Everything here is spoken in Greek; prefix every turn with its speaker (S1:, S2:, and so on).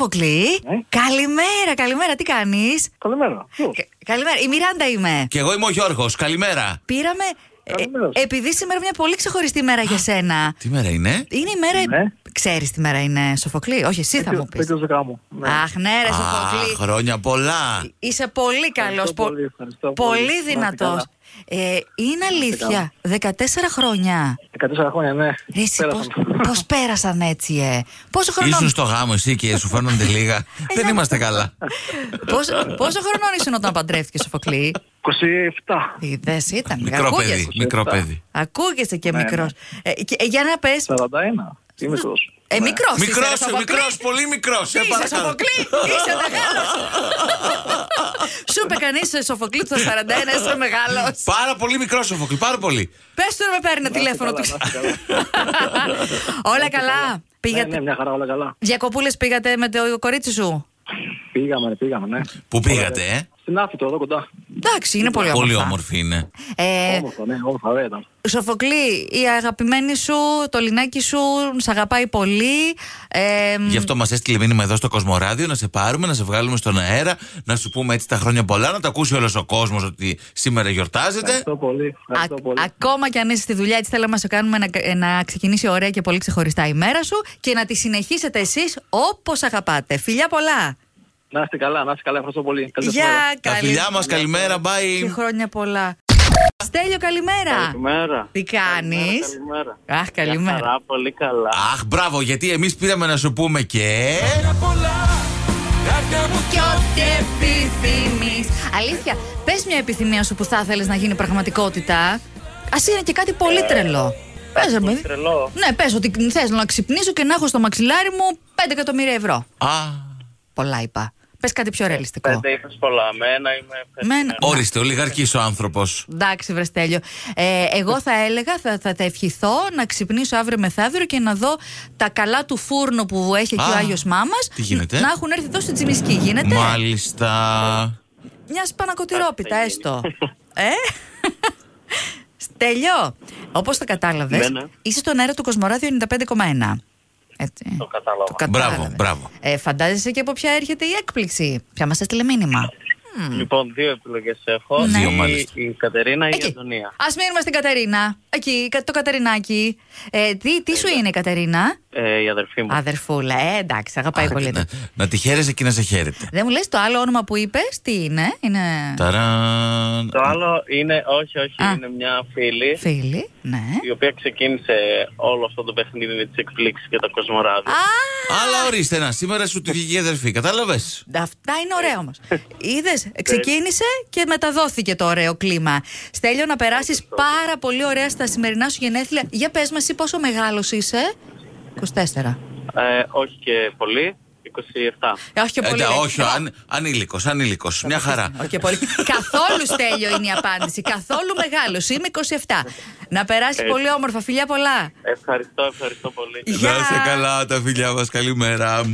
S1: Σοφοκλή.
S2: Ναι.
S1: Καλημέρα, καλημέρα. Τι κάνεις.
S2: Καλημέρα. Ποιος?
S1: Καλημέρα. Η Μιράντα είμαι.
S3: Και εγώ είμαι ο Γιώργος. Καλημέρα.
S1: Πήραμε. ε,
S2: Καλημέρα σου.
S1: επειδή σήμερα είναι μια πολύ ξεχωριστή μέρα για σένα.
S3: Τι μέρα είναι.
S1: Είναι η μέρα.
S2: Ναι.
S1: Ξέρεις τι μέρα είναι, Σοφοκλή. Όχι, εσύ θα
S2: Τέτοιος-
S1: μου πεις.
S2: τέτοιος γάμου. Ναι.
S1: Αχ, ναι, ρε,
S3: Α,
S1: Σοφοκλή.
S3: χρόνια πολλά.
S1: Είσαι πολύ καλός.
S2: Ευχαριστώ πολύ, ευχαριστώ πολύ. Να
S1: πολύ
S2: είστε
S1: δυνατό.
S2: καλά.
S1: Ε, είναι αλήθεια. 14 χρόνια.
S2: 14 χρόνια, ναι.
S1: Ρε, εσύ
S2: Πέρασαν.
S1: πώς- πώς πέρασαν έτσι, ε. Πόσο χρονών,
S3: Ήσουν στο γάμο εσύ και σου φαίνονται λίγα. Δεν
S1: να-
S3: είμαστε καλά.
S1: πόσο, πόσο χρονών ήσουν όταν παντρεύτηκες, Σοφοκλή.
S2: 27.
S1: Είδες, ήταν.
S3: Μικρό
S1: ακούγεσαι.
S3: παιδί. Μικρό
S2: Σωστά.
S3: παιδί.
S1: Ακούγεσαι και
S2: Ναι,
S1: μικρός. Ε, και- ε, για να πες...
S2: 41. Τι μικρός.
S1: Ε,
S2: Ναι.
S1: μικρός ε, είσαι,
S3: Μικρός,
S1: ρε, Σοφοκλή.
S3: μικρός, πολύ μικρός.
S1: Τι είσαι, Σοφοκλή, είσαι μεγάλος. Σου είπε κανείς, ε, Σοφοκλή, του 41, είσαι μεγάλος.
S3: Πάρα πολύ μικρός, Σοφοκλή. Πάρα πολύ.
S1: Πες του να με παίρνει ένα τηλέφωνο
S2: καλά,
S1: του.
S2: να είστε καλά.
S1: Όλα καλά.
S2: Ναι, ναι,
S1: Πήγατε...
S2: μια χαρά, όλα καλά.
S1: Διακοπούλες πήγατε με το κορίτσι σου.
S2: Πήγαμε, πήγαμε, ναι.
S3: Πού πήγατε, ε?
S2: Στην Άφητο, εδώ κοντά.
S1: Εντάξει, είναι πολύ
S3: Πολύ
S1: όμορφα.
S3: όμορφη είναι.
S1: Ε,
S2: Όμορφα, ναι, όμορφα, ωραία ήταν.
S1: Σοφοκλή, η αγαπημένη σου, το λινάκι σου, σ' αγαπάει πολύ. Ε,
S3: Γι' αυτό μας έστειλε μήνυμα εδώ στο Κοσμοράδιο να σε πάρουμε, να σε βγάλουμε στον αέρα, να σου πούμε έτσι τα χρόνια πολλά, να τα ακούσει όλος ο κόσμος ότι σήμερα γιορτάζεται.
S2: Ευχαριστώ πολύ. Ευχαριστώ
S1: Α-
S2: πολύ.
S1: ακόμα και αν είσαι στη δουλειά, έτσι θέλαμε να σε κάνουμε να, να ξεκινήσει ωραία και πολύ ξεχωριστά η μέρα σου και να τη συνεχίσετε εσείς όπως αγαπάτε. Φιλιά πολλά!
S2: Να είστε καλά, να είστε καλά. Ευχαριστώ πολύ. Καλή σας
S1: Γεια,
S2: μέρα.
S3: Τα
S1: καλή-
S3: φιλιά μας, καλημέρα,
S1: Και
S3: bye.
S1: χρόνια πολλά. Στέλιο, καλημέρα!
S4: Καλημέρα.
S1: Τι κάνεις?
S4: Καλημέρα.
S1: Αχ, καλημέρα.
S4: Μια χαρά, πολύ καλά.
S3: Αχ, μπράβο, γιατί εμείς πήραμε να σου πούμε και.
S1: Και ό,τι επιθυμείς. Αλήθεια, πες μια επιθυμία σου που θα ήθελες να γίνει πραγματικότητα. Ας είναι και κάτι πολύ τρελό. Πες, ρε παιδί.
S4: Ε, Τρελό.
S1: Ναι, πες ότι θες να ξυπνήσω και να έχω στο μαξιλάρι μου 5 εκατομμύρια ευρώ.
S3: Α,
S1: Πολλά είπα. Πες κάτι πιο ρεαλιστικό.
S4: Πέντε είπες πολλά. Με ένα είμαι
S1: Μένα.
S4: ευχαριστημένο.
S3: ορίστε, ολιγαρκή ο άνθρωπος.
S1: Ε, Εντάξει, Βρεστέλιο. Ε, εγώ θα έλεγα, θα, θα, θα ευχηθώ να ξυπνήσω αύριο μεθαύριο και να δω τα καλά του φούρνου που έχει εκεί
S3: Α,
S1: ο Άγιος Μάμας.
S3: τι γίνεται?
S1: Να έχουν έρθει εδώ στη Τζιμισκή. Γίνεται.
S3: Μάλιστα.
S1: Μιας σπανακοτηρόπιτα,
S4: Κάτι θα
S1: έστω. ε. Στέλιο, όπως το κατάλαβες,
S4: Ναι, ναι.
S1: είσαι στον αέρα του Κοσμοράδιο 95,1. Έτσι.
S4: Το κατάλαβα.
S1: Το κατάλαβες.
S3: Μπράβο, μπράβο.
S1: Ε, φαντάζεσαι και από ποια έρχεται η έκπληξη. Ποια μας έστειλε μήνυμα.
S4: Λοιπόν, δύο επιλογές έχω.
S1: Ναι.
S3: Δύο,
S4: Η-
S3: μάλιστα.
S4: Η, Κατερίνα ή η
S1: Εκεί.
S4: Αντωνία.
S1: Ας μείνουμε στην Κατερίνα. Εκεί, κα- το Κατερινάκι. Ε, τι, τι σου είναι η Κατερίνα,
S4: Ε, η αδερφή μου.
S1: Αδερφούλα. Ε, εντάξει, αγαπάει πολύ.
S3: Να, να τη χαίρεσαι και να σε χαίρεται.
S1: Δεν μου λες το άλλο όνομα που είπες, τι είναι, είναι.
S3: Ταραν.
S4: Το άλλο είναι, όχι, όχι,
S1: Α.
S4: είναι μια φίλη
S1: Φίλη, ναι.
S4: η οποία ξεκίνησε όλο αυτό το παιχνίδι με τις εκπλήξεις και τα κοσμοράδια.
S1: Α,
S3: Αλλά ορίστε να, σήμερα σου του βγήκε η αδερφή, κατάλαβες.
S1: αυτά είναι ωραία όμως. Είδε, ξεκίνησε και μεταδόθηκε το ωραίο κλίμα. Στέλιο, να περάσεις πάρα πολύ ωραία στα σημερινά σου γενέθλια. Για πες μας, εσύ πόσο μεγάλος είσαι. 24.
S4: Ε, όχι και πολύ, 27.
S1: Ε, Όχι και πολύ. λέει.
S3: ναι, όχι, αν, ανήλικο, ανήλικο. Μια χαρά.
S1: Όχι και πολύ. Καθόλου στέλιο είναι η απάντηση. Καθόλου μεγάλο. Είμαι 27. Να περάσει
S4: Έτσι.
S1: πολύ όμορφα. Φιλιά πολλά.
S4: Ευχαριστώ, ευχαριστώ πολύ.
S3: Να
S1: Γεια.
S3: είσαι καλά, τα φιλιά μας, καλημέρα.